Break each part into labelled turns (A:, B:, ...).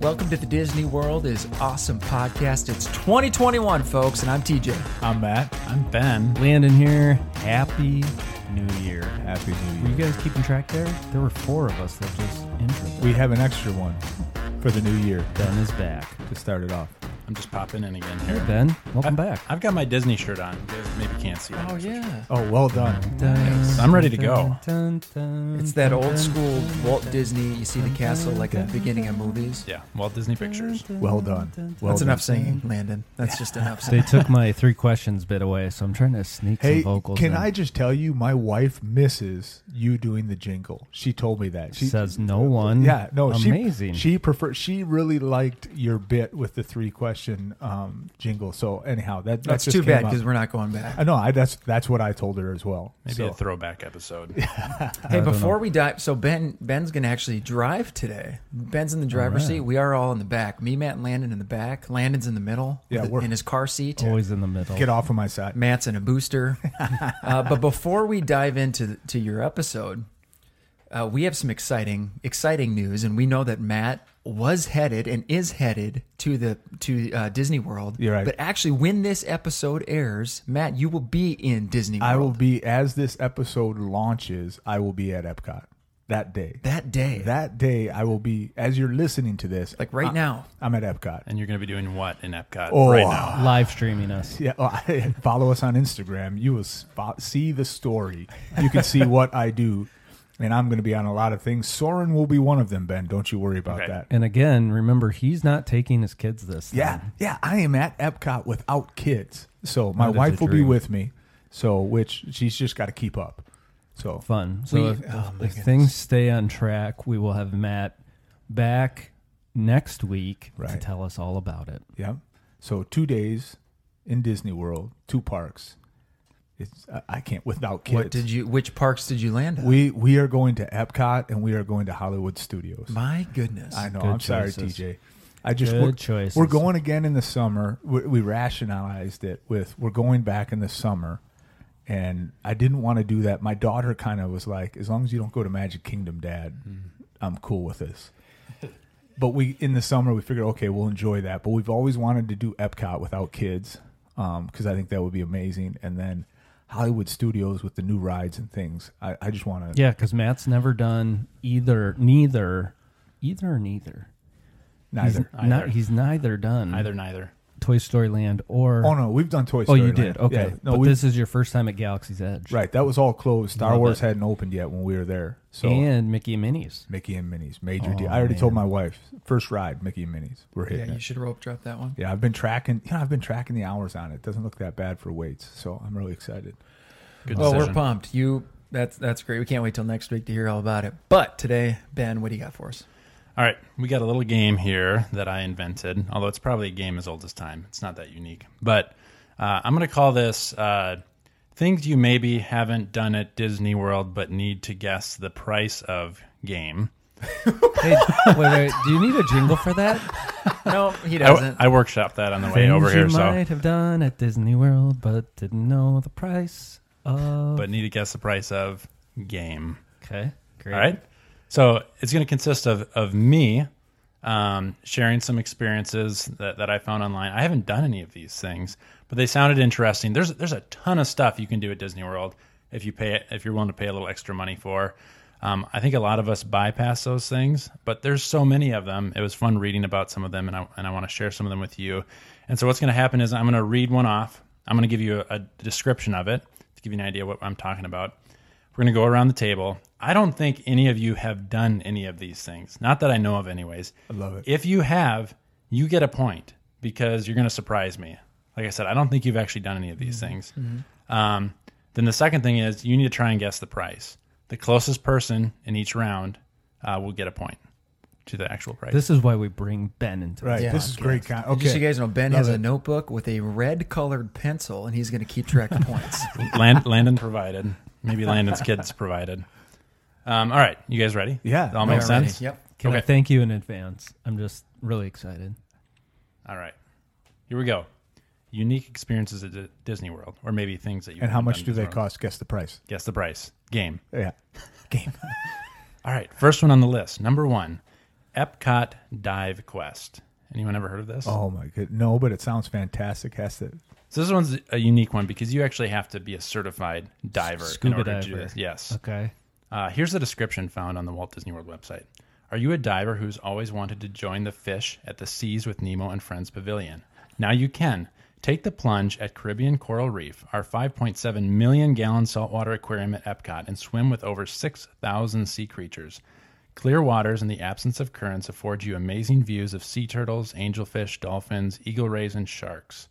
A: Welcome to the Disney World is Awesome podcast. It's 2021, folks, and I'm TJ.
B: I'm Matt.
C: I'm Ben.
B: Landon here. Happy New Year.
C: Happy New
B: Were
C: Year.
B: you guys keeping track there? There were four of us that just intro.
C: We have an extra one for the new year
B: Ben is back.
C: to start it off.
D: I'm just popping in again here.
B: Ben, welcome back.
D: I've got my Disney shirt on. You guys maybe can't see it.
A: Oh, yeah.
C: Oh, well done.
D: I'm ready to go.
A: It's that old school Walt Disney, you see the castle like at the beginning of movies.
D: Yeah, Walt Disney Pictures.
A: Mm-hmm.
C: Well done. Well
A: That's
C: done.
A: enough singing, Landon. That's just enough
B: They
A: singing.
B: took my three questions bit away, so I'm trying to sneak
C: Hey,
B: some vocals.
C: can
B: in.
C: I just tell you, my wife misses you doing the jingle. She told me that. She
B: Says no one.
C: Yeah, no, she-
B: Amazing.
C: She, prefer. She really liked your bit with the three question um, jingle. So anyhow, that, that
A: That's
C: just
A: too
C: came
A: bad
C: up.
A: because we're not going back.
C: I know. I, that's that's what I told her as well.
D: Maybe
C: So-
D: a throwback episode.
A: Hey, before we dive, so Ben Ben's going to actually drive today. Ben's in the driver's seat. We are all in the back. Me, Matt, and Landon in the back. Landon's in the middle
C: Yeah,
A: with-
C: we're-
A: in his car seat.
B: always in the middle.
C: get off of my side.
A: Matt's in a booster. uh, but before we dive into to your episode, uh, we have some exciting exciting news, and we know that Matt was headed and is headed to the to uh, Disney World.
C: You're right.
A: But actually, when this episode airs, Matt, you will be in Disney. World
C: I will be as this episode launches. I will be at Epcot that day.
A: that day,
C: That uh, day, I will be as you're listening to this.
A: like right
C: I-
A: now.
C: I'm at Epcot.
D: and you're going to be doing what in Epcot
C: Oh,
D: right now?
B: Live streaming us.
C: Yeah, oh, follow us on Instagram. You will spot, see the story. You can see what I do, and I'm going to be on a lot of things. Soren will be one of them. Ben, don't you worry about
D: Okay.
C: that.
B: And again, remember he's not taking his kids this.
C: Yeah, yeah. I am at Epcot without kids, so my
B: That is
C: wife
B: a
C: will be
B: dream.
C: with me. So, which she's just got to keep up. So,
B: fun. So
A: We-
B: if,
A: oh my
B: if
A: goodness.
B: things stay on track, we will have Matt back next week to
C: Right.
B: tell us all about it.
C: yeah. So two days in Disney World, two parks. It's I- I can't without kids.
A: What did you? Which parks did you land at?
C: We we are going to Epcot and we are going to Hollywood Studios.
A: My goodness,
C: I know.
B: Good
C: I'm sorry,
B: choices.
C: TJ. I just
B: Good
C: we're,
B: choices.
C: we're going again in the summer. We, we rationalized it with we're going back in the summer, and I didn't want to do that. My daughter kind of was like, "As long as you don't go to Magic Kingdom, Dad,
B: Hmm.
C: I'm cool with this." but we in the summer we figured, okay, we'll enjoy that. But we've always wanted to do Epcot without kids because I think that would be amazing. And then Hollywood Studios with the new rides and things. I, I just want to
B: Yeah, because Matt's never done either, neither, either, or neither.
C: neither.
B: He's, not, he's neither done
D: Neither, neither.
B: Toy Story Land or.
C: Oh no, we've done Toy
B: Oh,
C: Story.
B: you
C: Land.
B: did. Okay.
C: Yeah, no,
B: but
C: we,
B: this is your first time at Galaxy's Edge.
C: right. That was all closed. Star
B: Love
C: Wars
B: it.
C: hadn't opened yet when we were there. So
B: And Mickey and Minnie's.
C: Mickey and Minnie's major
B: Oh,
C: deal. I already told
B: man.
C: my wife first ride Mickey and Minnie's. We're
A: yeah,
C: hitting
A: you
C: it.
A: should rope drop that one.
C: Yeah, I've been tracking. You know, I've been tracking the hours on it. Doesn't look that bad for weights, so I'm really excited.
D: Good
A: Well, we're
D: decision.
A: pumped. You, that's that's great. We can't wait till next week to hear all about it. But today, Ben, what do you got for us?
D: All right, we got a little game here that I invented, although it's probably a game as old as time. It's not that unique. But uh, I'm going to call this uh, Things You Maybe Haven't Done at Disney World But Need to Guess the Price of Game.
B: Hey, wait, wait. Do you need a jingle for that?
A: No, he
D: I,
A: doesn't.
D: I workshopped that on the way
B: Things
D: over here,
B: you
D: so.
B: might have done at Disney World, but didn't know the price of.
D: but need to guess the price of game.
B: okay. Great.
D: All right. So it's going to consist of of me um, sharing some experiences that, that I found online. I haven't done any of these things, but they sounded interesting. There's there's a ton of stuff you can do at Disney World if you pay if you're willing to pay a little extra money for. Um, I think a lot of us bypass those things, but there's so many of them. It was fun reading about some of them, and I and I want to share some of them with you. And so what's going to happen is I'm going to read one off. I'm going to give you a, a description of it to give you an idea what I'm talking about. We're going to go around the table. I don't think any of you have done any of these things. Not that I know of, anyways. I
C: love it.
D: If you have, you get a point because you're going to surprise me. Like I said, I don't think you've actually done any of
C: Mm-hmm.
D: these things. Um, then the second thing is you need to try and guess the price. The closest person in each round uh, will get a point to the actual price.
B: This is why we bring Ben into
C: Right.
A: Yeah.
C: this is great. Con- okay.
A: Just so you guys know, Ben
C: Love
A: has a
C: it.
A: notebook with a red colored pencil, and he's going to keep track of points.
D: Land, Landon provided. Maybe Landon's kids provided. Um, all right. You guys ready?
C: Yeah.
D: That all makes
A: Alrighty.
D: sense?
A: Yep.
B: Can I
D: Okay.
B: thank you in advance? I'm just really excited.
D: All right. Here we go. Unique experiences at D- Disney World, or maybe things that you
C: and how
D: haven't
C: much
D: done
C: do
D: at
C: they
D: Disney World.
C: cost? Guess the price.
D: Guess the price. Game.
C: Yeah.
D: All right. First one on the list. Number one Epcot Dive Quest. Anyone ever heard of this?
C: Oh my good. No, but it sounds fantastic. Has to.
D: So this one's a unique one because you actually have to be a certified diver in
B: Scuba
D: order to do
B: diver.
D: this. Yes.
B: Okay.
D: Uh, here's the description found on the Walt Disney World website. Are you a diver who's always wanted to join the fish at the Seas with Nemo and Friends Pavilion? Now you can. Take the plunge at Caribbean Coral Reef, our 5.7 million gallon saltwater aquarium at Epcot, and swim with over 6,000 sea creatures. Clear waters and the absence of currents afford you amazing views of sea turtles, angelfish, dolphins, eagle rays, and sharks.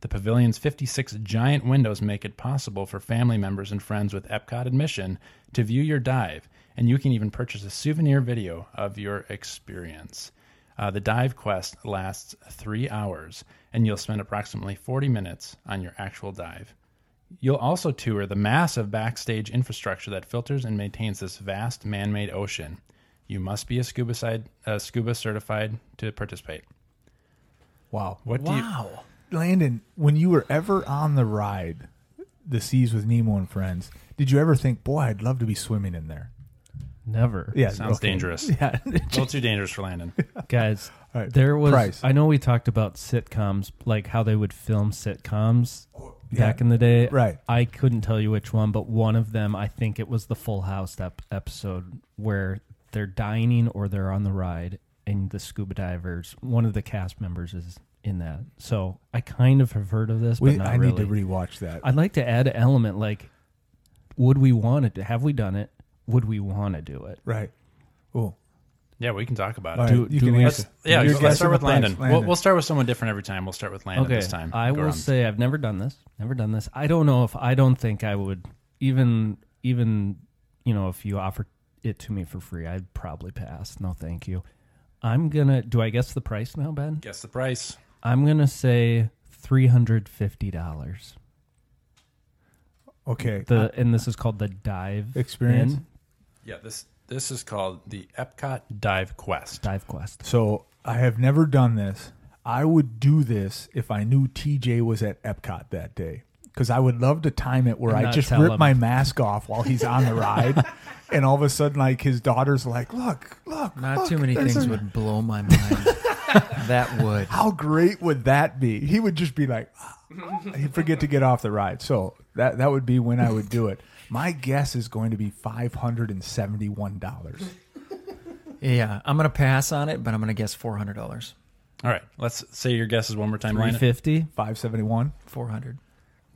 D: The pavilion's 56 giant windows make it possible for family members and friends with Epcot admission to view your dive, and you can even purchase a souvenir video of your experience. Uh, the dive quest lasts three hours, and you'll spend approximately 40 minutes on your actual dive. You'll also tour the massive backstage infrastructure that filters and maintains this vast man made ocean. You must be a scuba, side, uh, scuba certified to participate.
C: Wow.
D: What do you,
A: Wow.
C: Landon, when you were ever on the ride, the seas with Nemo and friends, did you ever think, boy, I'd love to be swimming in there?
B: Never.
C: Yeah.
D: Sounds
C: okay.
D: dangerous.
C: Yeah.
D: A little too dangerous for Landon.
B: Guys,
C: All right,
B: there was.
C: price.
B: I know we talked about sitcoms, like how they would film sitcoms back
C: yeah,
B: in the day.
C: right.
B: I couldn't tell you which one, but one of them, I think it was the Full House ep- episode where they're dining or they're on the ride, and the scuba divers, one of the cast members is in that. So I kind of have heard of this, but
C: we,
B: not
C: I
B: really.
C: need to rewatch that.
B: I'd like to add an element like, would we want to? do- Have we done it? Would we want to do it?
C: right. Oh,
D: Yeah, we can talk about
C: all
D: it.
C: right.
B: Do-
C: you
B: do
C: can
B: we-
C: answer.
B: That's-
D: Yeah,
C: You're
D: let's
C: guessing
D: start with
C: the price,
D: Landon. We'll, we'll start with someone different every time. We'll start with Landon this time.
B: I
D: Go
B: will
D: around.
B: say I've never done this. Never done this. I don't know if I don't think I would even even you know if you offered it to me for free, I'd probably pass. No, thank you. I'm gonna. Do I guess the price now, Ben?
D: guess the price.
B: I'm gonna say three hundred fifty dollars.
C: Okay.
B: The and this is called the dive
C: Experience?
B: In,
D: Yeah, this this is called the Epcot Dive Quest.
B: dive quest.
C: So I have never done this. I would do this if I knew TJ was at Epcot that day because I would love to time it where
B: And
C: I
B: not
C: just
B: tell
C: rip
B: him.
C: my mask off while he's on the ride. And all of a sudden, like his daughter's like, look, look,
A: Not
C: look,
A: too many
C: there's
A: things
C: a-
A: would blow my mind. that would.
C: How great would that be? He would just be like, he'd forget to get off the ride. So that that would be when I would do it. My guess is going to be five hundred and seventy-one dollars.
A: Yeah, I'm gonna pass on it, but I'm gonna guess four hundred dollars.
D: All right, let's say your guesses one more time,
B: Three
D: Landon.
B: fifty.
C: Five seventy-one.
A: Four hundred.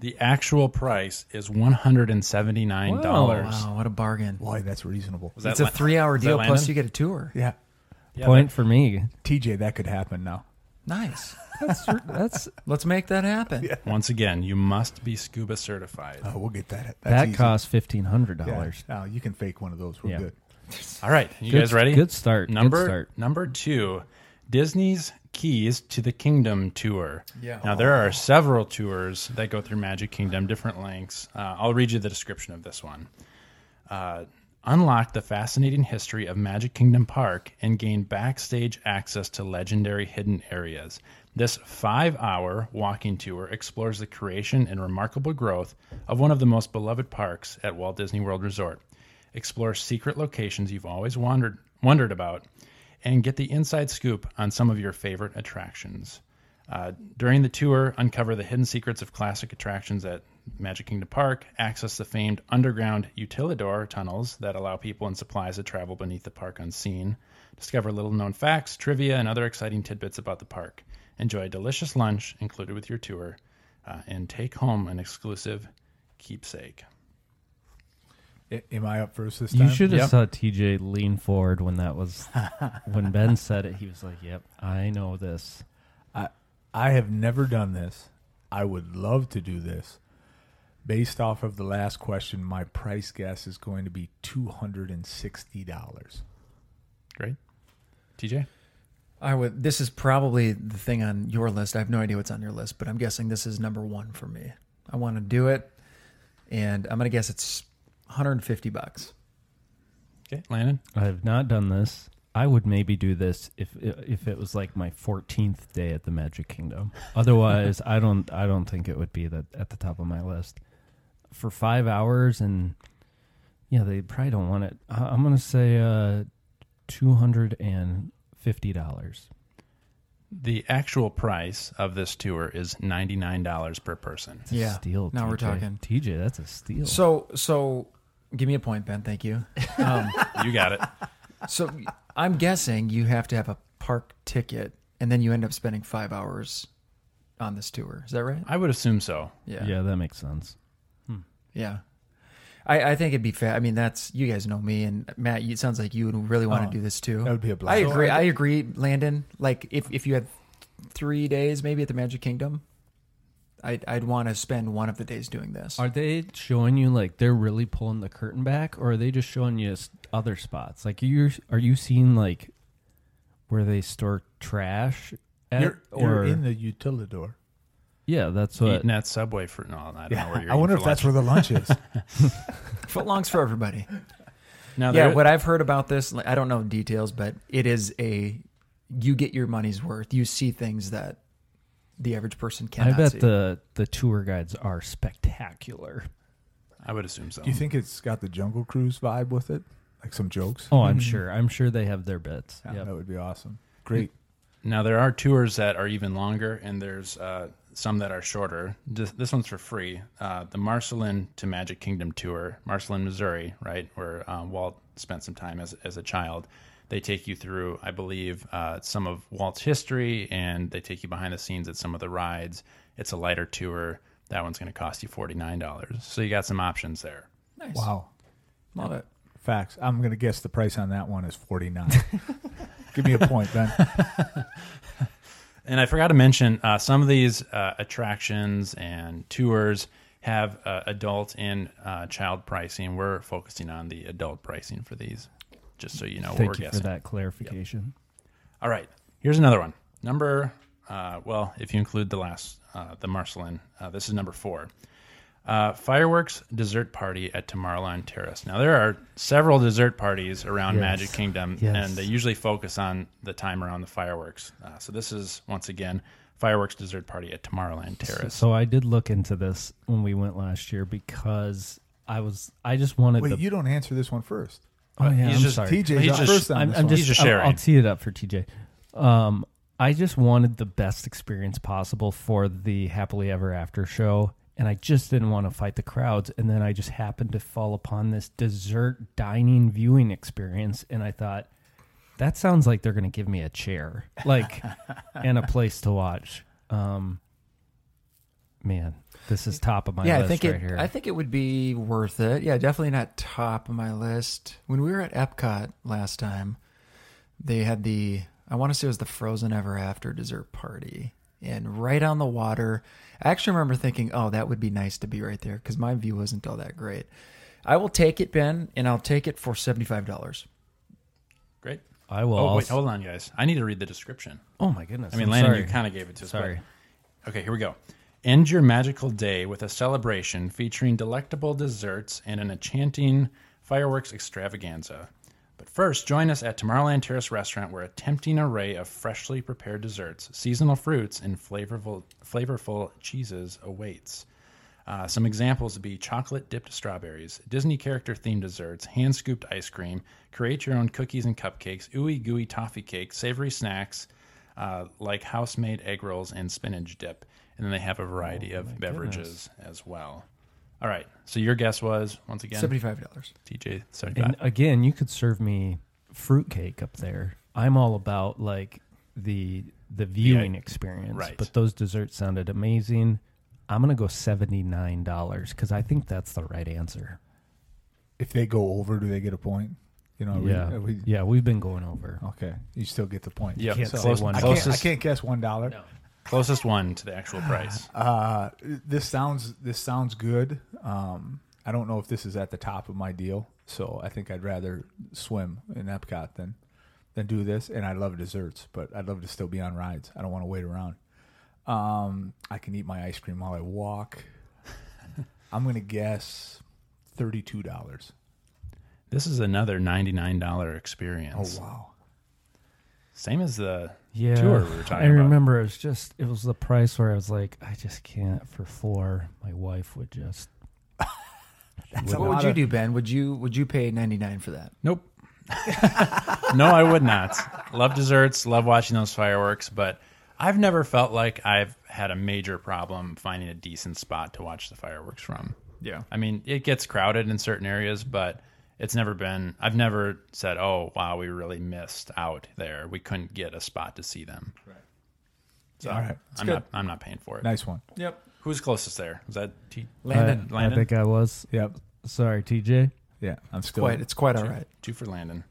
D: The actual price is one hundred and seventy nine dollars.
A: Wow, what a bargain!
C: Boy, that's reasonable.
D: Was that
A: It's a
D: Lan-
A: three-hour
D: was that
A: deal plus
D: Landon?
A: you get a tour.
C: Yeah,
D: Yeah,
B: Point for me.
C: TJ, that could happen now.
A: Nice.
B: That's that's
A: Let's make that happen.
D: but Once again, you must be scuba certified.
C: Oh, we'll get that. That's
B: that
C: easy.
B: costs fifteen hundred
C: Yeah.
B: dollars.
C: Oh, you can fake one of those. We're
B: Yeah.
C: good.
D: All right, you
B: Good-
D: guys ready?
B: good start, good
D: Number
B: start.
D: number two, Disney's Keys to the Kingdom tour.
A: Yeah.
D: Now there are several tours that go through Magic Kingdom, different lengths. Uh, I'll read you the description of this one. Uh, unlock the fascinating history of Magic Kingdom Park and gain backstage access to legendary hidden areas. This five hour walking tour explores the creation and remarkable growth of one of the most beloved parks at Walt Disney World Resort. Explore secret locations you've always wandered, wondered about and get the inside scoop on some of your favorite attractions. Uh, during the tour, uncover the hidden secrets of classic attractions at Magic Kingdom Park, access the famed underground utilidor tunnels that allow people and supplies to travel beneath the park unseen, discover little known facts, trivia, and other exciting tidbits about the park. Enjoy a delicious lunch included with your tour, uh, and take home an exclusive keepsake.
C: A- Am I up first this time?
B: You should have saw TJ lean forward when that was when Ben said it. He was like, "Yep, I know this."
C: I, I have never done this. I would love to do this. Based off of the last question, my price guess is going to be two hundred and sixty dollars.
D: Great. TJ?
A: I would. This is probably the thing on your list. I have no idea what's on your list, but I'm guessing this is number one for me. I want to do it, and I'm gonna guess it's 150 bucks.
D: Okay. Landon?
B: I have not done this. I would maybe do this if if it was like my 14th day at the Magic Kingdom. Otherwise, I don't I don't think it would be that at the top of my list for 5 hours and yeah, they probably don't want it. I- I'm going to say uh 250 fifty dollars.
D: The actual price of this tour is ninety nine dollars per person.
A: Yeah.
B: Steal.
A: Now we're
B: TJ.
A: talking.
B: TJ, that's a steal.
A: So so, give me a point, Ben. Thank you. Um,
D: You got it.
A: so I'm guessing you have to have a park ticket, and then you end up spending five hours on this tour. Is that right?
D: I would assume so.
B: yeah. that makes sense.
A: Yeah. I, I think it'd be fair. I mean, that's you guys know me and Matt. you- It sounds like you would really want
C: Oh,
A: to do this too.
C: that would be
A: I
C: a blast.
A: agree.
C: So
A: I agree, Landon. Like if if you had three days maybe at the Magic Kingdom, I'd I'd want to spend one of the days doing this.
B: Are they showing you like they're really pulling the curtain back, or are they just showing you s- other spots? Like, you are you seeing like where they store trash? At,
C: You're,
B: or
C: you're in the utilidor.
B: yeah, that's what.
D: Eating at Subway for no, I don't know where you're.
C: I wonder if
D: eating for
C: that's
D: lunch.
C: where the lunch is.
A: Footlongs for everybody.
D: now.
A: yeah,
D: there-
A: what I've heard about this, like, I don't know details, but it is a you get your money's worth. You see things that the average person
B: I
A: cannot
B: bet
A: see.
B: the the tour guides are spectacular.
D: I would assume so.
C: Do you think it's got the Jungle Cruise vibe with it? Like some jokes?
B: Oh, I'm sure. I'm sure they have their bits.
C: Yeah,
B: Yep.
C: That would be awesome. Great.
D: Now there are tours that are even longer, and there's uh, some that are shorter. This, this one's for free. Uh, the Marcelin to Magic Kingdom tour, Marcelin, Missouri, right, where uh, Walt spent some time as as a child. They take you through, I believe, uh, some of Walt's history, and they take you behind the scenes at some of the rides. It's a lighter tour. That one's going to cost you forty nine dollars. So you got some options there.
A: nice.
C: Wow.
A: Love it.
C: Facts. I'm going to guess the price on that one is 49. Give me a point, Ben.
D: And I forgot to mention uh, some of these uh, attractions and tours have uh, adult and uh, child pricing. We're focusing on the adult pricing for these, just so you know what
B: Thank
D: we're
B: you
D: guessing.
B: for that clarification.
D: All right, here's another one. Number, uh, well, if you include the last, uh, the Marcelin, uh, this is number four. Uh, fireworks dessert party at Tomorrowland Terrace. Now there are several dessert parties around
B: Yes.
D: Magic Kingdom,
B: Yes.
D: and they usually focus on the time around the fireworks. Uh, so this is once again fireworks dessert party at Tomorrowland Terrace.
B: So I did look into this when we went last year because I was I just wanted
C: Wait,
B: the
C: you don't answer this one first.
B: oh yeah
D: He's
B: I'm
D: just-
B: sorry
C: TJ's
D: He's
C: up
D: just-
C: first on
B: I'm,
C: this
B: I'm
C: one.
B: just
D: He's just
B: I'll- I'll
D: sharing.
B: tee it up for TJ. Um, I just wanted the best experience possible for the happily ever after show, and I just didn't want to fight the crowds. And then I just happened to fall upon this dessert dining viewing experience, and I thought that sounds like they're going to give me a chair, like and a place to watch. Um, man, this is top of my
A: yeah,
B: list
A: I think
B: right
A: it.
B: here.
A: I think it would be worth it. Yeah, definitely not top of my list. When we were at Epcot last time, they had the I want to say it was the Frozen Ever After dessert party, and right on the water. I actually remember thinking, "Oh, that would be nice to be right there," because my view wasn't all that great. I will take it, Ben, and I'll take it for seventy five dollars.
D: Great.
B: I will.
D: Oh wait,
B: also-
D: hold on, guys. I need to read the description.
B: oh my goodness!
D: I mean,
B: I'm
D: Landon,
B: sorry.
D: you kind of gave it to us. but-
B: Sorry.
D: Okay, here we go. End your magical day with a celebration featuring delectable desserts and an enchanting fireworks extravaganza. But first, join us at Tomorrowland Terrace Restaurant, where a tempting array of freshly prepared desserts, seasonal fruits, and flavorful, flavorful cheeses awaits. Uh, some examples would be chocolate dipped strawberries, Disney character themed desserts, hand scooped ice cream, create your own cookies and cupcakes, ooey gooey toffee cake, savory snacks uh, like house made egg rolls and spinach dip. And then they have a variety of beverages as well. All right. So your guess was, once again,
A: Seventy five dollars.
D: TJ 75.
B: And again, you could serve me fruitcake up there. I'm all about like the the viewing experience.
D: right.
B: But those desserts sounded amazing. I'm gonna go seventy nine dollars because I think that's the right answer.
C: If they go over, do they get a point? You know, are we-
B: yeah,
C: are we-
B: yeah, we've been going over.
C: Okay. You still get the point.
D: Yep.
B: can't
D: So
B: say
D: close-
B: one.
C: I can't, Ah. I
D: Closest,
C: can't guess one dollar.
D: closest one to the actual price.
C: Uh, this sounds this sounds good. Um, I don't know if this is at the top of my deal, so I think I'd rather swim in Epcot than than do this. And I love desserts, but I'd love to still be on rides. I don't want to wait around. Um, I can eat my ice cream while I walk. I'm gonna guess thirty two dollars.
D: This is another $99 experience.
C: Oh, wow!
D: Same as the
B: Yeah,
D: tour we were talking
B: I
D: about.
B: remember it was just it was the price where I was like, I just can't for four. My wife would just
C: That's a
A: What would
C: lot
A: you
C: of-
A: do, Ben? Would you would you pay ninety nine for that?
D: Nope. no, I would not. Love desserts, love watching those fireworks, but I've never felt like I've had a major problem finding a decent spot to watch the fireworks from.
A: Yeah.
D: I mean, it gets crowded in certain areas, but it's never been, I've never said, oh, wow, we really missed out there. We couldn't get a spot to see them. Right. So
C: All right.
D: I'm,
A: good.
D: not, I'm not paying for it.
C: Nice one.
A: Yep.
D: Who's closest there? Was that T?
A: Landon.
B: I- Uh, I,
D: Landon?
B: think I was.
C: Yep.
B: Sorry, TJ.
C: Yeah. I'm still.
A: Quite. It's quite all right.
D: Two for Landon.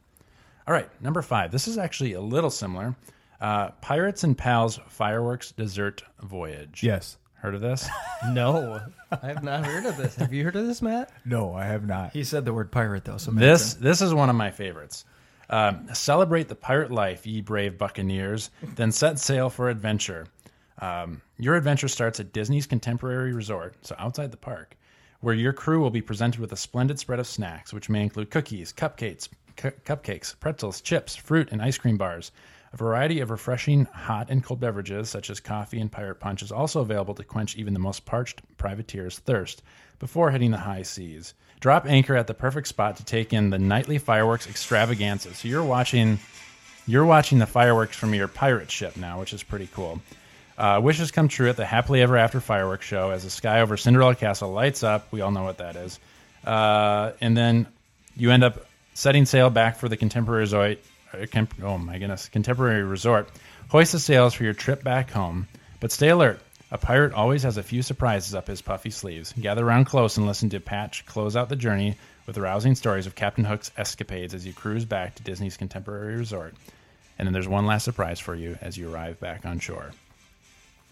D: All right, number five. This is actually a little similar. Uh, Pirates and Pals Fireworks Dessert Voyage.
C: Yes.
D: Heard of this?
B: No, I have not heard of this. Have you heard of this, Matt?
C: No, I have not.
A: He said the word pirate though. So
D: this this is one of my favorites. Um, Celebrate the pirate life, ye brave buccaneers! Then set sail for adventure. Um, your adventure starts at Disney's Contemporary Resort, so outside the park, where your crew will be presented with a splendid spread of snacks, which may include cookies, cupcakes, cu- cupcakes, pretzels, chips, fruit, and ice cream bars. A variety of refreshing hot and cold beverages, such as coffee and pirate punch, is also available to quench even the most parched privateer's thirst before hitting the high seas. Drop anchor at the perfect spot to take in the nightly fireworks extravaganza. So you're watching, you're watching the fireworks from your pirate ship now, which is pretty cool. Uh, wishes come true at the happily ever after fireworks show as the sky over Cinderella Castle lights up. We all know what that is, uh, and then you end up setting sail back for the contemporary resort. uh, com- Oh my goodness, contemporary resort. Hoist the sails for your trip back home, but stay alert. A pirate always has a few surprises up his puffy sleeves. Gather around close and listen to Patch close out the journey with rousing stories of Captain Hook's escapades as you cruise back to Disney's contemporary resort. And then there's one last surprise for you as you arrive back on shore.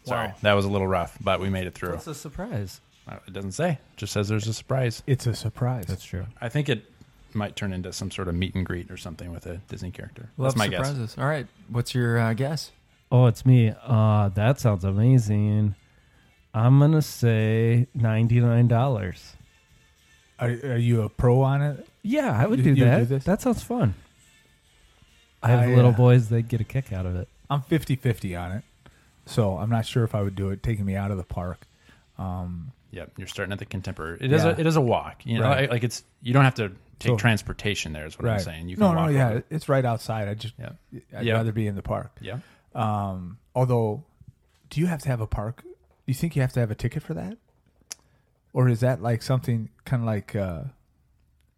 D: Sorry,
B: Wow.
D: that was a little rough, but we made it through.
B: What's a surprise?
D: Uh, It doesn't say; It just says there's a surprise.
C: It's a surprise.
B: That's true.
D: I think it might turn into some sort of meet and greet or something with a Disney character.
A: Love
D: That's my
A: surprises.
D: guess.
A: All right. What's your uh, guess?
B: Oh, it's me. Uh, that sounds amazing. I'm gonna say ninety nine dollars.
C: Are, are you a pro on it?
B: Yeah, I would
C: You-
B: do
C: you would
B: that.
C: do this?
B: that sounds fun. I have
C: I,
B: little
C: uh,
B: boys; they get a kick out of it.
C: I'm 50 50 on it. So I'm not sure if I would do it, taking me out of the park. Um,
D: Yep, you're starting at the contemporary. It is
C: Yeah.
D: a it is a walk. You know,
C: Right.
D: I- like it's you don't have to take
C: So-
D: transportation there. Is what
C: right.
D: I'm saying. You can
C: no, no,
D: walk.
C: yeah.
D: over.
C: It's right outside. I just,
D: Yeah.
C: I'd
D: Yeah.
C: rather be in the park.
D: yeah.
C: Um, although, do you have to have a park? You think you have to have a ticket for that? Or is that like something kind of like uh,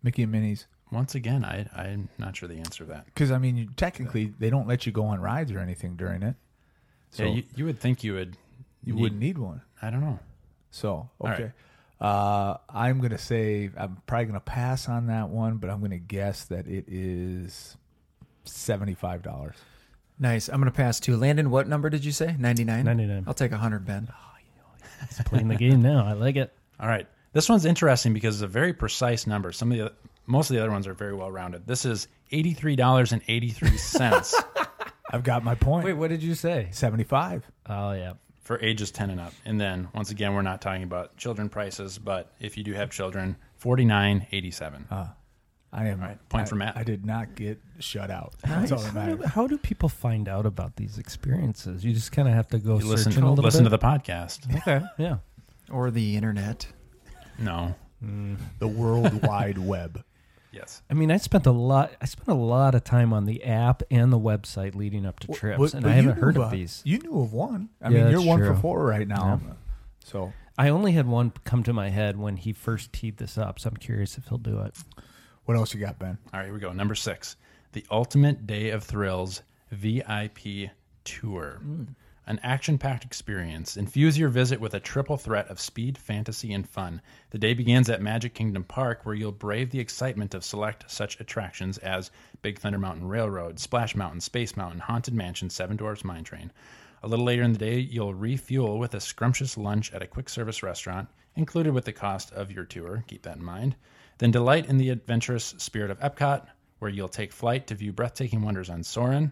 C: Mickey and Minnie's?
D: Once again, I I'm not sure the answer to that.
C: Because, I mean, you, technically, they don't let you go on rides or anything during it. So
D: yeah,
C: you,
D: you, you would think you would.
C: wouldn't need one.
D: I don't know.
C: So
D: right.
C: okay, uh, I'm gonna say I'm probably gonna pass on that one, but I'm gonna guess that it is seventy five dollars.
A: Nice. I'm gonna pass to Landon. What number did you say? Ninety nine.
B: 99.
A: I'll take hundred, Ben.
B: It's playing the game now. I like it.
D: All right. This one's interesting because it's a very precise number. Some of the most of the other ones are very well rounded. This is eighty three dollars and eighty three cents
C: I've got my point.
B: what did you say?
C: seventy five.
B: Oh yeah,
D: for ages ten and up. And then once again, we're not talking about children prices, but if you do have children, forty nine eighty seven.
C: Oh, I am
D: All right, point
C: I-
D: for Matt.
C: I did not get shut out. That's all that
B: How do,
C: matters.
B: how do people find out about these experiences? You just kind of have to go
D: you listen
B: searching a little
D: listen to
B: bit.
D: the podcast.
B: to the okay, yeah.
A: Or the internet.
D: No.
C: The World Wide Web.
D: Yes.
B: I mean, I spent a lot. I spent a lot of time on the app and the website leading up to trips,
C: But-
B: and
C: but
B: I
C: you
B: haven't
C: knew
B: heard of
C: about-
B: these.
C: You knew of one. I
B: Yeah,
C: mean, you're
B: that's
C: one
B: true.
C: for four right now. So
B: I only had one come to my head when he first teed this up, so I'm curious if he'll do it.
C: what else you got, Ben?
D: All right, here we go. Number six, the Ultimate Day of Thrills VIP Tour. An action packed experience. Infuse your visit with a triple threat of speed, fantasy, and fun. The day begins at Magic Kingdom Park, where you'll brave the excitement of select such attractions as Big Thunder Mountain Railroad, Splash Mountain, Space Mountain, Haunted Mansion, Seven Dwarfs Mine Train. A little later in the day, you'll refuel with a scrumptious lunch at a quick service restaurant, included with the cost of your tour. Keep that in mind. Then delight in the adventurous spirit of Epcot, where you'll take flight to view breathtaking wonders on Soarin'.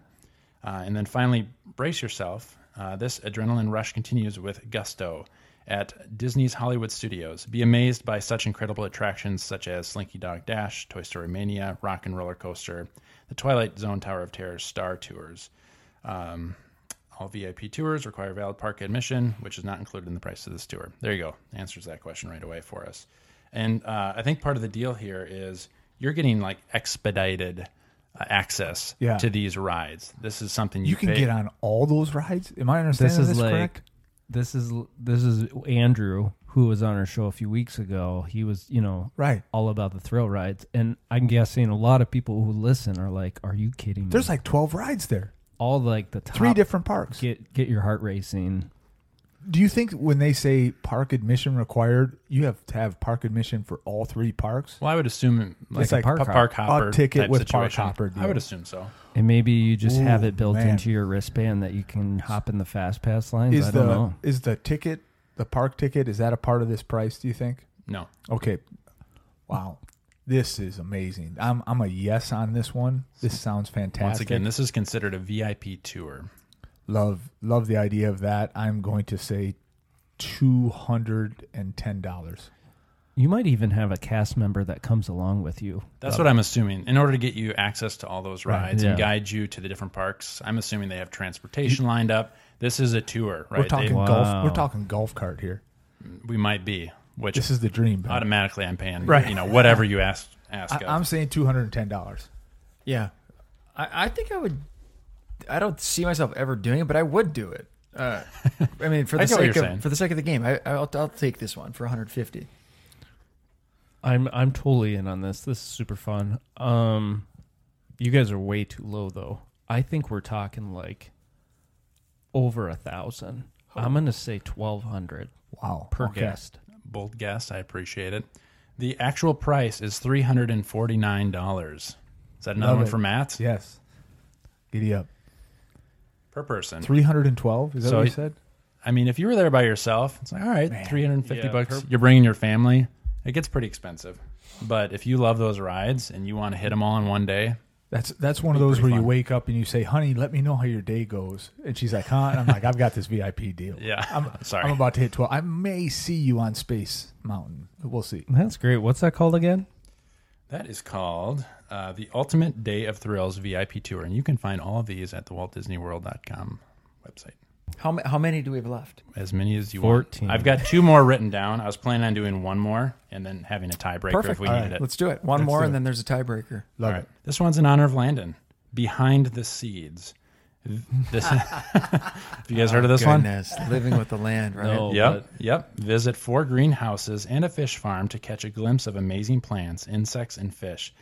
D: Uh, and then finally, brace yourself. Uh, this adrenaline rush continues with gusto at Disney's Hollywood Studios. Be amazed by such incredible attractions such as Slinky Dog Dash, Toy Story Mania, Rock and Roller Coaster, the Twilight Zone Tower of Terror Star Tours. Um, all VIP tours require valid park admission, which is not included in the price of this tour. There you go. Answers that question right away for us. And uh, I think part of the deal here is you're getting like expedited uh, access
C: Yeah.
D: to these rides. This is something you,
C: You can
D: pay-
C: get on all those rides. Am I understanding
B: This
C: this,
B: is like
C: correct?
B: this is this is Andrew who was on our show a few weeks ago. He was, you know,
C: Right.
B: all about the thrill rides, and I'm guessing a lot of people who listen are like, "Are you kidding me?"
C: There's like 12 rides there,
B: all like the top
C: three different parks.
B: Get get your heart racing.
C: Do you think when they say park admission required, you have to have park admission for all three parks?
D: Well, I would assume like,
C: It's like
D: a park,
B: park
C: hop-
D: hopper
C: a ticket
D: type
C: with park
D: situation.
C: hopper
D: I
C: deal.
D: would assume so.
B: And maybe you just have
C: Ooh,
B: it built
C: man.
B: into your wristband that you can hop in the fast pass lines.
C: Is
B: I
C: the
B: don't know.
C: is the ticket the park ticket? Is that a part of this price? Do you think?
D: No,
C: Okay, wow, this is amazing. I'm I'm a yes on this one. This sounds fantastic.
D: once again, this is considered a VIP tour.
C: love love the idea of that. I'm going to say two hundred and ten dollars.
B: You might even have a cast member that comes along with you.
D: That's what I'm assuming. In order to get you access to all those
C: Right,
D: rides and
B: yeah.
D: guide you to the different parks, I'm assuming they have transportation lined up. This is a tour, right?
C: We're talking
D: They-
C: golf.
B: Wow.
C: We're talking golf cart here.
D: we might be, which
C: This is the dream. Ben.
D: automatically I'm paying,
C: Right.
D: you know, whatever you ask. ask
C: I,
D: of.
C: I'm saying two hundred and ten dollars.
A: Yeah, I, I think I would. I don't see myself ever doing it, but I would do it. Uh, I mean, for
D: I
A: the
D: get what you're
A: sake of
D: saying.
A: for the sake of the game, I, I'll, I'll take this one for 150.
B: I'm I'm totally in on this. This is super fun. Um, you guys are way too low though. I think we're talking like over a thousand. I'm gonna say twelve hundred
C: Wow,
B: per
C: Okay.
B: guest.
D: bold guess. I appreciate it. The actual price is three hundred and forty nine dollars. Is that another
C: Love
D: one
C: it.
D: for Matt
C: Yes, giddy up.
D: per person?
C: Three hundred and twelve. Is that
D: So
C: what you
D: it-
C: said?
D: I mean, if you were there by yourself, it's like all right, three hundred and fifty
B: Yeah,
D: bucks.
B: per-
D: You're bringing your family. It gets pretty expensive. But if you love those rides and you want to hit them all in one day,
C: That's that's one of
D: Be
C: those
D: pretty
C: where you
D: fun.
C: wake up and you say, "Honey, let me know how your day goes," and she's like, "Huh?" And I'm like, "I've got this VIP deal.
D: yeah.
C: I'm
D: sorry.
C: I'm about to hit twelve. I may see you on Space Mountain. We'll see."
B: That's great. What's that called again?
D: that is called uh, the Ultimate Day of Thrills VIP Tour, and you can find all of these at the Walt Disney World.com website.
A: How ma- how many do we have left?
D: As many as you
B: Fourteen.
D: want. I've got two more written down. I was planning on doing one more and then having a tiebreaker if
A: Perfect.
D: we
C: All
D: needed
C: right,
D: it.
A: Let's do it. One
C: Let's
A: more,
C: do
A: and
C: it.
A: then there's a tiebreaker.
C: Love
D: All right.
C: it.
D: This one's in honor of Landon. Behind the seeds. This, have you guys heard of this one?
A: Goodness, living with the land, right?
B: No.
D: Yep. Yep. Visit four greenhouses and a fish farm to catch a glimpse of amazing plants, insects, and fish.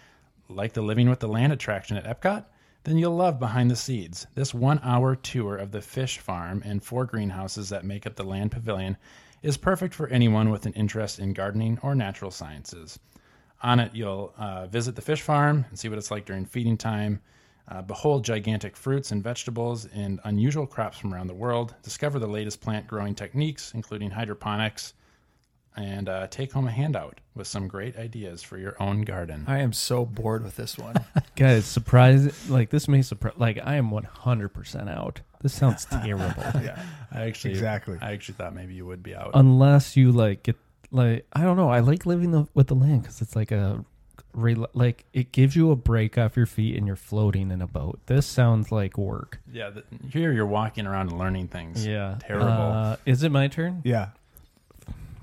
D: Like the Living with the Land attraction at Epcot, then you'll love Behind the Seeds. This one hour tour of the fish farm and four greenhouses that make up the land pavilion is perfect for anyone with an interest in gardening or natural sciences. On it, you'll uh, visit the fish farm and see what it's like during feeding time. Uh, behold gigantic fruits and vegetables and unusual crops from around the world. Discover the latest plant growing techniques, including hydroponics, and uh, take home a handout with some great ideas for your own garden.
A: I am so bored with this one.
B: Guys, surprise! Like this may surprise. Like I am one hundred percent out. This sounds terrible.
D: I actually,
C: Exactly.
D: I actually thought maybe you would be out.
B: Um, Unless you like get like I don't know. I like living the, with the land because it's like a rela like it gives you a break off your feet and you're floating in a boat. This sounds like work.
D: yeah, th here you're walking around and learning things.
B: Yeah,
D: Terrible.
B: Uh, is it my turn?
C: Yeah,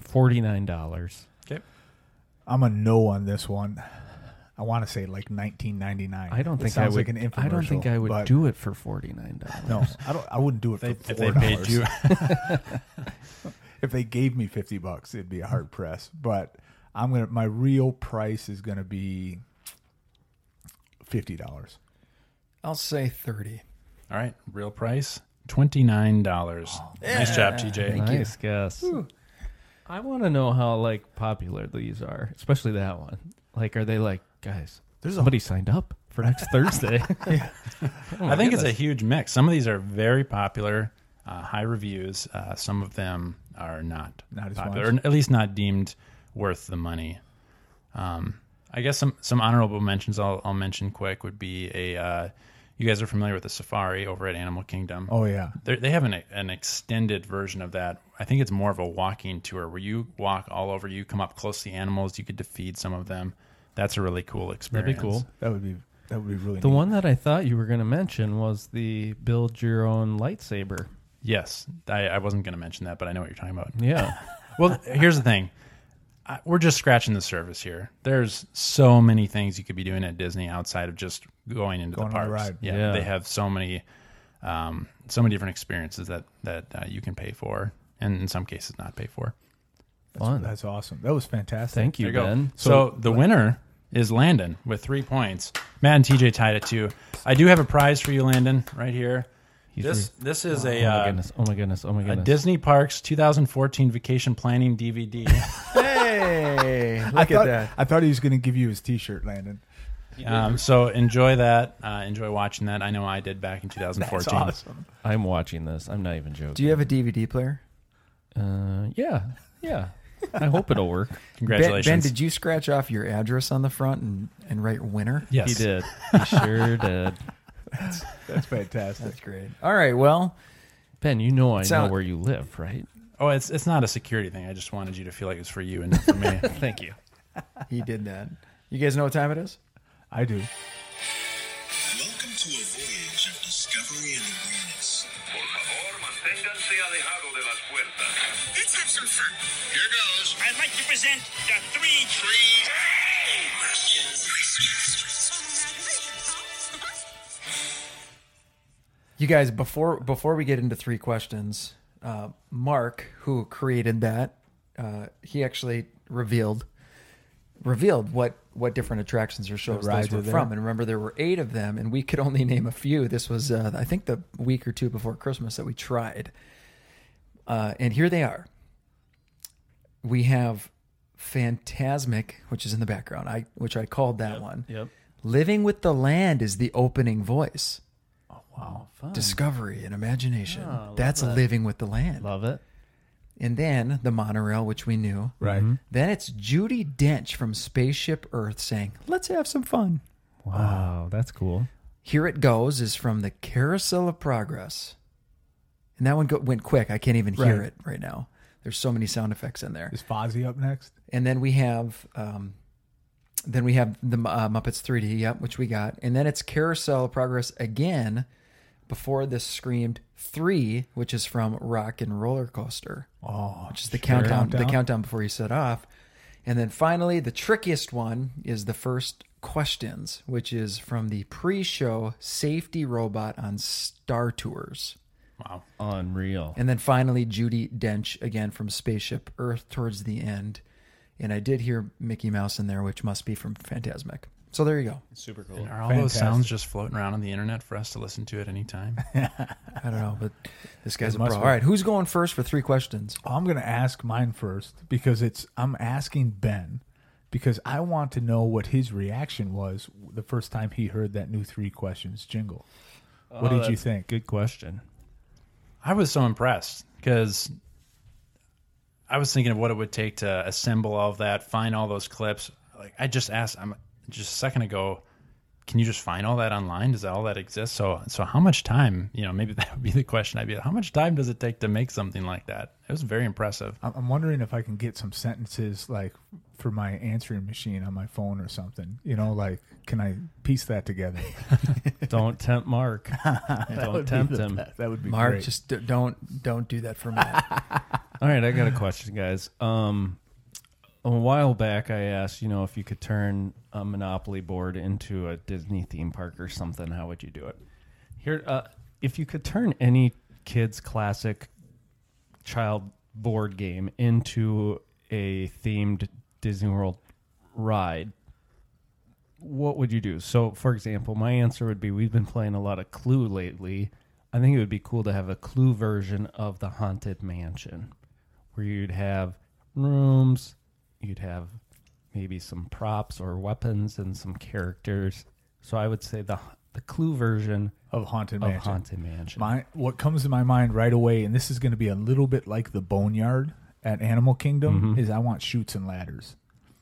B: Forty nine dollars.
D: Okay.
C: I'm a no on this one. I want to say like 1999.
B: I don't
C: It
B: think I
C: sounds
B: would.
C: Like an
B: I don't think
C: infomercial,
B: I would
C: but
B: do it for forty nine dollars.
C: No, I don't. I wouldn't do it
D: They,
C: for
D: if
C: four
D: they paid you,
C: if they gave me 50 bucks it'd be a hard press but i'm gonna my real price is gonna be $50
A: I'll say 30.
D: all right, real price twenty nine dollars. nice job, TJ.
A: Thank you.
B: nice guess. I want to know how like popular these are, especially that one. Like, are they like guys?
C: There's a-
B: somebody signed up for next Thursday.
C: Oh
D: I think it's a huge mix. Some of these are very popular, uh, high reviews. Uh, some of them are not,
C: Not as
D: popular,
C: much.
D: or at least not deemed worth the money. Um, I guess some some honorable mentions I'll, I'll mention quick would be a. Uh, you guys are familiar with the safari over at Animal Kingdom.
C: oh yeah
D: They're, they have an, an extended version of that. I think it's more of a walking tour where you walk all over. You come up close to the animals. You get to feed some of them. That's a really cool
B: That'd
D: experience.
B: be cool.
C: that would be that would be really
B: The
C: neat.
B: one that I thought you were going to mention was the build your own lightsaber.
D: Yes, I, I wasn't going to mention that, but I know what you're talking about.
B: Yeah,
D: Well, here's the thing. I- we're just scratching the surface here. There's so many things you could be doing at Disney outside of just going into
C: Going
D: the
C: on a
D: parks.
C: ride.
D: Yeah,
B: Yeah.
D: they have so many, um, so many different experiences that that uh, you can pay for, and in some cases not pay for.
B: Fun.
C: That's awesome. That was fantastic.
B: Thank you,
D: There you go.
B: Ben.
D: So, the winner is Landon with three points. Matt and TJ tied it two. I do have a prize for you, Landon, right here.
B: He's
D: this this is
B: re-
D: a,
B: oh my
D: uh,
B: goodness! Oh my goodness! Oh my
D: a
B: goodness!
D: Disney Parks 2014 Vacation Planning DVD.
A: Hey, look
C: I
A: at
C: thought,
A: that.
C: I thought he was going to give you his T-shirt, Landon.
D: um, so enjoy that. Uh, enjoy watching that. I know I did back in 2014.
C: That's awesome.
B: I'm watching this. I'm not even joking.
A: Do you have a DVD player?
B: Uh, yeah, yeah. I hope it'll work.
D: Congratulations.
A: Ben, ben, did you scratch off your address on the front and, and write winner?
D: yes.
B: He did. He sure did.
C: That's fantastic.
A: That's great. All right. Well,
B: Ben, you know I
A: So-
B: know where you live, right?
D: Oh, it's it's not a security thing. I just wanted you to feel like it was for you and not for me.
B: Thank you.
A: he did that. You guys know what time it is?
C: I do.
E: Welcome to a voyage of discovery and awareness.
F: Por favor, manténganse alejado de las puertas.
E: Let's have some fun. Here goes.
G: I'd like to present the three
E: Three questions.
A: You guys, before before we get into three questions, uh, Mark, who created that, uh, he actually revealed revealed what what different attractions or shows those
C: rides
A: were
C: are there.
A: from. And remember, there were eight of them, and we could only name a few. This was, uh, I think, the week or two before Christmas that we tried. Uh, and here they are. We have Phantasmic, which is in the background. I which I called that one.
B: Yep.
A: Living with the Land is the opening voice
B: Oh, Wow. Fun. Ah,
A: discovery and imagination. That's living with the land.
B: Love it.
A: And then the monorail, which we knew.
C: Right.
B: Mm-hmm.
A: Then it's Judy Dench from Spaceship Earth saying, Let's have some fun.
B: Wow, that's cool.
A: Here It Goes is from the Carousel of Progress. And that one go- went quick. I can't even hear
C: Right.
A: it right now. There's so many sound effects in there.
C: Is Fozzie up next?
A: And then we have. Um, then we have the uh, Muppets 3D, yep, which we got. And then it's Carousel of Progress again before this screamed 3, which is from Rock and Roller Coaster.
C: Oh,
A: which is the countdown, the
C: Countdown.
A: countdown before you set off. And then finally, the trickiest one is the first questions, which is from the pre-show safety robot on Star Tours.
D: Wow.
B: Unreal.
A: And then finally, Judy Dench again from Spaceship Earth towards the end. And I did hear Mickey Mouse in there, which must be from Phantasmic. So there you go.
H: Super cool.
D: Are all those
C: Fantastic.
D: sounds just floating around on the internet for us to listen to at any time?
A: I don't know, but this guy's a
C: must
A: pro. All
C: be.
A: right, who's going first for three questions?
C: I'm going to ask mine first because it's I'm asking Ben because I want to know what his reaction was the first time he heard that new three questions jingle.
B: Oh,
C: what did you think?
B: Good question.
D: I was so impressed because I was thinking of what it would take to assemble all of that, find all those clips. Like I just asked, I'm just a second ago, can you just find all that online? Does all that exist? So, so how much time? You know, maybe that would be the question. I'd be, how much time does it take to make something like that? It was very impressive.
C: I'm- I'm wondering if I can get some sentences like for my answering machine on my phone or something. You know, like can I piece that together?
B: Don't tempt Mark. Don't tempt him.
C: That would be
A: Mark,
C: great.
A: just d- don't don't do that for Matt.
B: All right, I got a question, guys. Um, a while back, I asked, you know, if you could turn a Monopoly board into a Disney theme park or something, how would you do it? Here, uh, if you could turn any kid's classic child board game into a themed Disney World ride, what would you do? So, for example, my answer would be we've been playing a lot of Clue lately. I think it would be cool to have a Clue version of the Haunted Mansion where you'd have rooms, you'd have maybe some props or weapons and some characters. So I would say the the Clue version
C: of haunted
B: of
C: mansion.
B: Haunted Mansion.
C: My what comes to my mind right away, and this is going to be a little bit like the boneyard at Animal Kingdom,
B: Mm-hmm.
C: is I want chutes and ladders.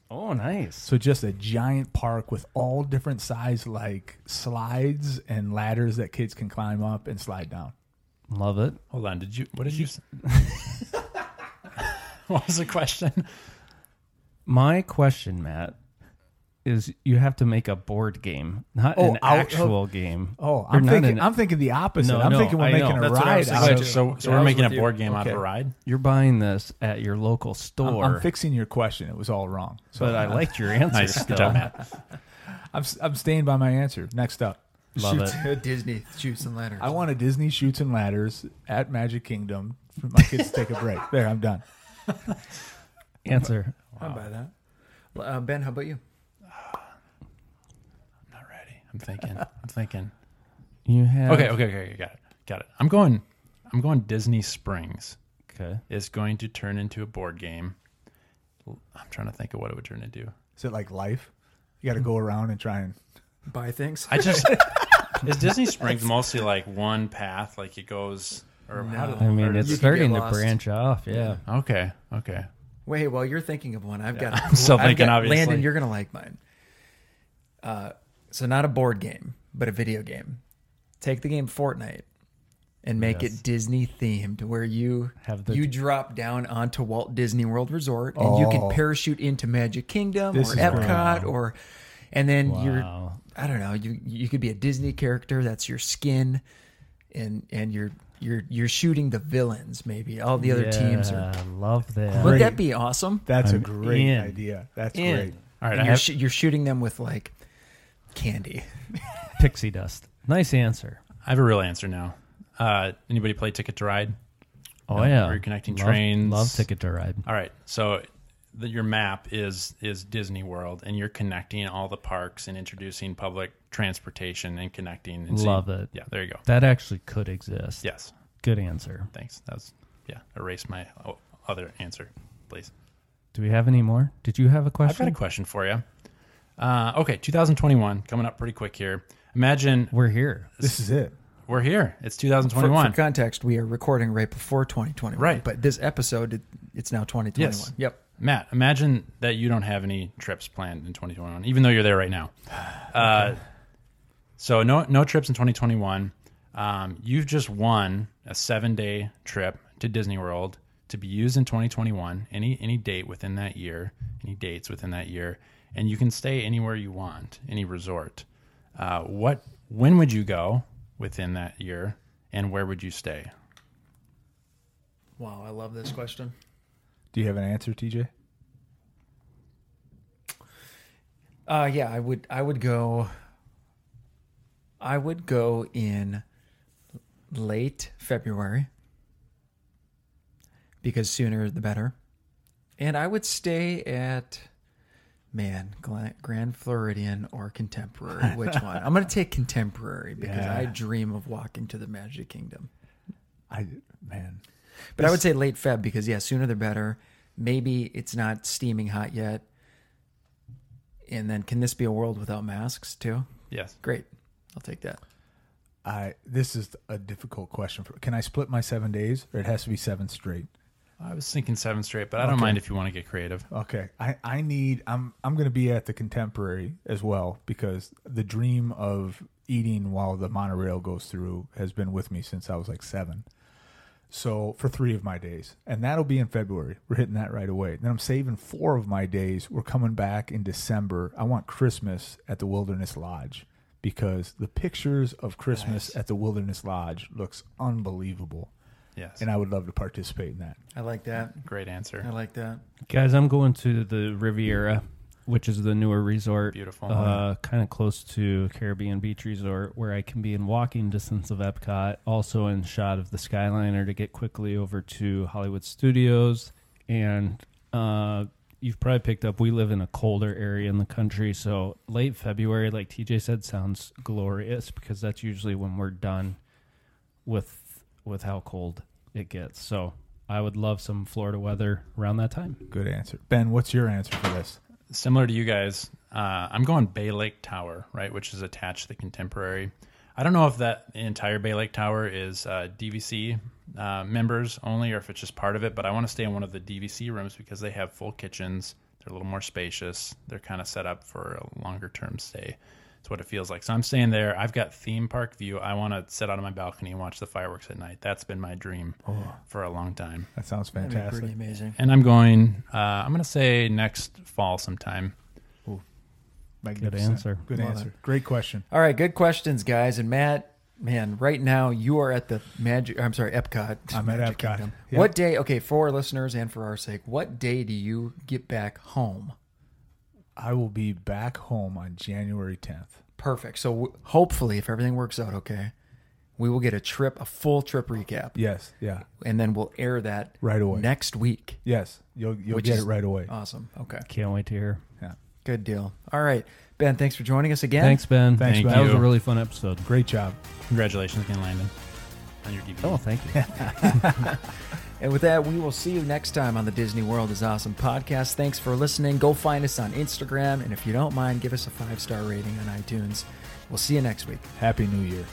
B: oh, nice.
C: So just a giant park with all different size like slides and ladders that kids can climb up and slide down.
B: Love it.
D: Hold on, did you? What did you? s- what was the question?
B: My question, Matt, is you have to make a board game, not
C: Oh,
B: an
C: out of-
B: actual game.
C: Oh,
B: Or
C: I'm
B: not
C: thinking.
B: an-
C: I'm thinking the opposite.
B: No,
C: I'm
B: no,
C: thinking we're
B: I know.
C: making a
B: That's
H: what I
C: ride
H: was
C: out
D: So,
C: of
H: thinking.
C: it.
D: so,
H: Okay,
D: so
H: I
D: we're
H: was
D: making a
H: with you.
D: board game out of a
C: Okay.
D: ride.
B: you're buying this at your local store.
C: I'm fixing your question. It was all wrong. So
B: but I
C: I'm-
B: liked your answer.
D: Nice,
B: still.
D: good job, Matt.
C: I'm, I'm staying by my answer. Next up,
B: Love it.
A: Disney shoots and ladders.
C: I want a Disney shoots and ladders at Magic Kingdom for my kids to take a break. There, I'm done.
B: Answer.
A: I'll buy that. Uh, ben, how about you?
D: Not ready. I'm thinking. I'm thinking.
B: You have
D: Okay, okay, okay, okay, got it, got it. I'm going. I'm going. Disney Springs
B: Okay.
D: is going to turn into a board game. I'm trying to think of what it would turn into.
C: Is it like life? You got to go around and try and.
A: Buy things?
D: I just is Disney Springs mostly like one path, like it goes or how do
A: No.
D: they-
B: I mean,
D: or-
B: it's
A: get
B: starting to
A: lost.
B: branch off. Yeah.
D: okay, okay.
A: Wait, while you're thinking of one, I've got.
D: I'm still
A: I've
D: thinking,
A: got-
D: obviously.
A: Landon, you're gonna like mine. Uh, so not a board game, but a video game. Take the game Fortnite and make
B: Yes.
A: it Disney themed, where you
B: Have the-
A: you drop down onto Walt Disney World Resort and you
C: Oh.
A: can parachute into Magic Kingdom
C: This
A: or
C: is great.
A: Epcot or, and then you're
B: Wow.
A: I don't know you you could be a Disney character that's your skin, and and you're you're you're shooting the villains maybe all the other teams are.
B: Yeah, Love that.
A: Wouldn't that be awesome?
C: That's a
B: I'm
C: great
B: in.
C: idea. That's
A: In.
C: great.
D: All right,
A: And
D: I
A: you're,
D: have,
A: sh- you're shooting them with like candy.
B: Pixie dust. Nice answer.
D: I have a real answer now. Uh, anybody play Ticket to Ride?
B: Oh yeah.
D: reconnecting
B: Love-
D: trains.
B: Love ticket to ride.
D: All right, so the, your map is is Disney World, and you're connecting all the parks and introducing public transportation and connecting. And so you-
B: Love it.
D: Yeah, there you go.
B: That actually could exist.
D: Yes,
B: Good answer.
D: thanks. That was yeah. Erase my o- other answer, please.
B: Do we have any more? Did you have a
D: I've got
B: question?
D: a question for you. Uh, okay, 2021 coming up pretty quick here. Imagine
B: We're here.
C: This is it.
D: we're here. It's
A: For, for
D: 2021.
A: context, we are recording right before 2021.
D: Right.
A: But this episode, it, it's now 2021.
D: Yes.
A: Yep.
D: Matt, imagine that you don't have any trips planned in 2021, even though you're there right now. Uh, so no no trips in 2021. Um, you've just won a seven day trip to Disney World to be used in 2021. Any any date within that year, any dates within that year, and you can stay anywhere you want, any resort. Uh, what when would you go within that year, and where would you stay?
A: Wow, I love this question.
C: Do you have an answer, TJ?
A: Uh, yeah, I would. I would go. I would go in late February because sooner the better, and I would stay at. Man, Gla- Grand Floridian or Contemporary? Which one? I'm going to take Contemporary because
C: Yeah.
A: I dream of walking to the Magic Kingdom.
C: I man,
A: But I would say late Feb because yeah, sooner the better. Maybe it's not steaming hot yet. And then can this be a world without masks too?
D: Yes.
A: Great. I'll take that.
C: I this is a difficult question. For, can I split my seven days, or it has to be seven straight?
D: I was thinking seven straight, but I don't mind if you want to get creative.
C: Okay, I, I need I'm I'm gonna be at the contemporary as well because the dream of eating while the monorail goes through has been with me since I was like seven. So for three of my days, and that'll be in February. We're hitting that right away. Then I'm saving four of my days. We're coming back in December. I want Christmas at the Wilderness Lodge because the pictures of Christmas at the Wilderness Lodge looks unbelievable,
D: Yes.
C: and I would love to participate in that.
A: I like that.
D: Great answer.
A: I like that.
B: Guys, I'm going to the Riviera, which is the newer resort.
D: Beautiful.
B: Uh, kind of close to Caribbean Beach Resort, where I can be in walking distance of Epcot, also in shot of the Skyliner to get quickly over to Hollywood Studios. And uh, you've probably picked up, we live in a colder area in the country. So late February, like TJ said, sounds glorious because that's usually when we're done with with how cold it gets. So I would love some Florida weather around that time.
C: Good answer, Ben. What's your answer for this?
D: Similar to you guys, uh, I'm going Bay Lake Tower, right, which is attached to the Contemporary. I don't know if that entire Bay Lake Tower is uh, DVC uh, members only or if it's just part of it, but I want to stay in one of the DVC rooms because they have full kitchens. They're a little more spacious. They're kind of set up for a longer term stay. That's what it feels like. So I'm staying there. I've got theme park view. I want to sit out on my balcony and watch the fireworks at night. That's been my dream for a long time.
C: That sounds
A: That'd
C: fantastic.
A: be pretty amazing.
D: and I'm going. Uh, I'm going to say next fall sometime.
C: Magnificent.
B: answer.
C: Good
A: Love
C: answer. Great question.
A: All right, good questions, guys. And Matt, man, right now you are at the Magic. I'm sorry, Epcot.
C: I'm at
A: Magic
C: Epcot.
A: Kingdom.
C: Yep.
A: What day? Okay, for our listeners and for our sake, what day do you get back home?
C: I will be back home on January 10th.
A: Perfect. So w- hopefully, if everything works out okay, we will get a trip, a full trip recap,
C: Yes. Yeah.
A: and then we'll air that
C: Right away.
A: next week.
C: Yes. You'll you'll
A: Which
C: get
A: is- Uh,
C: it right away.
A: Awesome. Okay.
B: Can't wait to hear.
C: yeah.
A: Good deal. All right, Ben. Thanks for joining us again.
B: Thanks, Ben.
C: Thanks,
B: that
C: Ben.
B: was a really fun episode.
C: Great job.
D: Congratulations again, Landon, on your DVD.
B: Oh, thank you.
A: And with that, we will see you next time on the Disney World is Awesome podcast. Thanks for listening. Go find us on Instagram. And if you don't mind, give us a five star rating on iTunes. We'll see you next week.
C: Happy New Year.